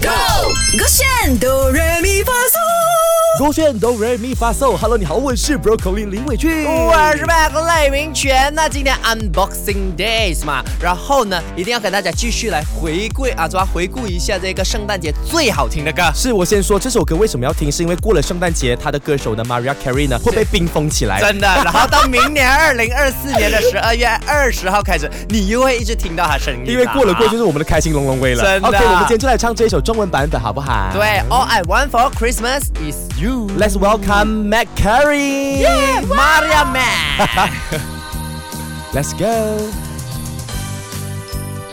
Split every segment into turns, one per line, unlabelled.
Go，勾选哆来咪发嗦。
勾选 Do Re Mi Fa So。Hello，你好，我是 Broccoli 林伟俊。
我是麦克赖明全。那今天 Unboxing Days 嘛，然后呢，一定要跟大家继续来回顾啊，主要回顾一下这个圣诞节最好听的 歌。
是我先说这首歌为什么要听，是因为过了圣诞节，他的歌手呢 Maria Carey 呢会被冰封起来。
真的，然后到明年二零二四年的十二月二十号开始，你又会一直听到他声音啦，啊
因为过了过就是我们的开心龙龙威了。
真的
OK，我们今天就来唱这一首中文版本，好不好？
对。，All I Want for Christmas is You。
Let's welcome Mac Carey。
Maria Man，
Let's go。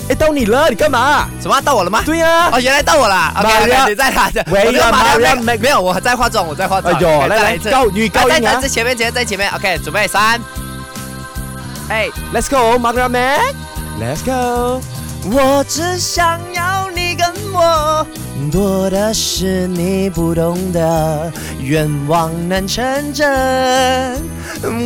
哎，到你了，你干嘛？
什么到我了吗？
对 呀、
哦，原来到我啦
Maria-
，OK，你在哪？在
喂
我这个
呀
啊 Maria
Maria
Mac- 没有，我在化妆，我在化妆。
哎呦
OK，
来
再
来
一次
高女高
啊在
音啊
在在前面，前面，在前面，OK，准备三，哎，
l e t s go，Maria Mac。Let's go。
我只想要你跟我，多的是你不懂的，愿望能成真。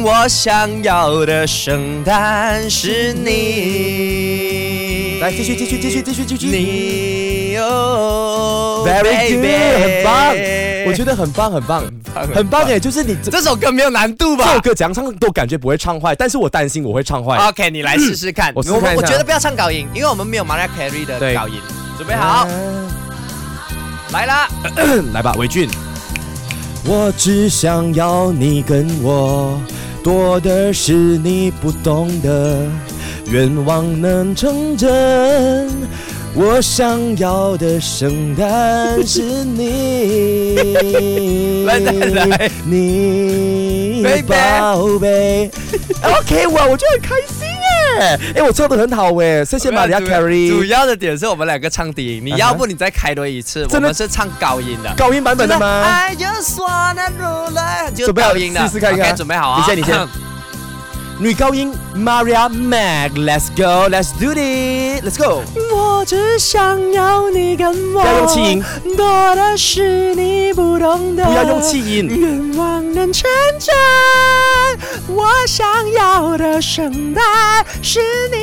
我想要的圣诞是你。
来继续继续继续继续继续
你哦
Very
baby
good，很棒，我觉得很棒，很棒，很棒哎！就是你这
这首歌没有难度吧
这首歌怎样唱都感觉不会唱坏，但是我担心我会唱坏。
？OK，你来试试看。
我试试看一啊
们我
下
觉得不要唱高音，因为我们没有 Mariah Carey 的
对
高音。准备好，
啊
来啦！，
来吧，伟俊。我只想要你跟我，多的是你不懂的，愿望能成真。我想要的圣诞是你
来来来
你
Baby
宝贝。OK，哇，我觉得很开心哎，哎，我唱的很好哎，谢谢玛利亚
主要主
Carey。
要的点是我们两个唱低音，你
啊哈
要不你再开多一次，我
真的
们是唱高音的。
高音版本的吗？
I just wanna roll it，就是
准备好
高音的。
试试看看
OK，准备好啊！
你先你先女高音 Maria Mag，Let's go，Let's do it，Let's go。
我只想要你跟我
不要用气音，
多的是你不懂的
不要用气音。
愿望能成真，我想要的圣诞是你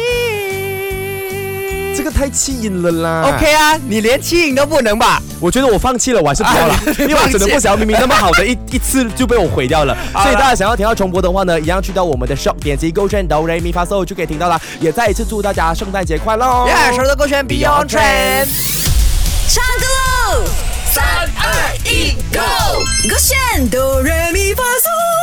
这个太气音了啦。
OK 啊，你连气音都不能吧？
我觉得我哎放弃了，我还是不要了
啊，
因为我真的不想要明明那么好的一一次就被我毁掉 了。
了
所以大家想要听到重播的话呢，一样去到我们的 shop 点击勾选 Do Re Mi Fa So 就可以听到了。也再一次祝大家圣诞节快乐哦！
耶，手的勾选 Beyond Trend。
唱歌喽！三二一，Go！勾选哆来咪发嗦。